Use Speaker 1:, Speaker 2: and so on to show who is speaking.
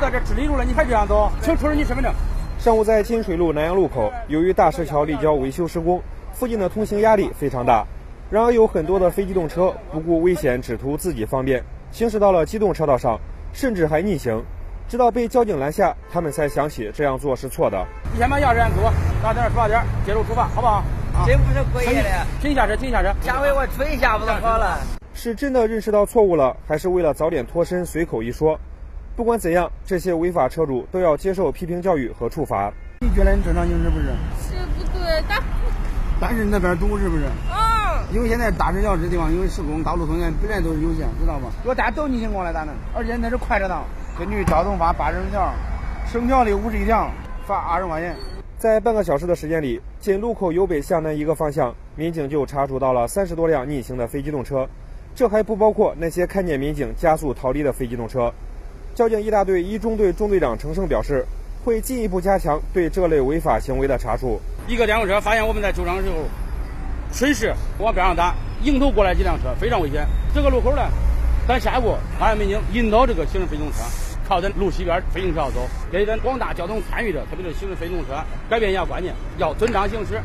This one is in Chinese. Speaker 1: 在这指立路了，你还这样走？请出示你身份证。
Speaker 2: 上午在金水路南阳路口，由于大石桥立交维修施工，附近的通行压力非常大。然而有很多的非机动车不顾危险，只图自己方便，行驶到了机动车道上，甚至还逆行。直到被交警拦下，他们才想起这样做是错的。
Speaker 1: 一千八钥匙按组，到点十八点结束出发，好不好？啊，
Speaker 3: 真不是故意的，
Speaker 1: 停下车，停下车。
Speaker 3: 下回我追一下不就好了？
Speaker 2: 是真的认识到错误了，还是为了早点脱身随口一说？不管怎样，这些违法车主都要接受批评教育和处罚。
Speaker 1: 你觉得你正常行驶不是？
Speaker 4: 是不对，但
Speaker 1: 但是那边堵是不是？
Speaker 4: 嗯，
Speaker 1: 因为现在大石桥这地方因为施工，道路通行本来都是有限，知道吧？我单走逆行过来咱们，而且那是快车道。根据《交通法》八十条，生效的五十一条，罚二十块钱。
Speaker 2: 在半个小时的时间里，仅路口由北向南一个方向，民警就查处到了三十多辆逆行的非机动车，这还不包括那些看见民警加速逃离的非机动车。交警一大队一中队中队长程胜表示，会进一步加强对这类违法行为的查处。
Speaker 1: 一个电动车发现我们在九张时候，顺势往边上打，迎头过来几辆车，非常危险。这个路口呢，咱下一步安排民警引导这个行驶非机动车。靠咱路西边非行车道走，给咱广大交通参与者，特别是行驶非机动车，改变一下观念，要遵章行驶。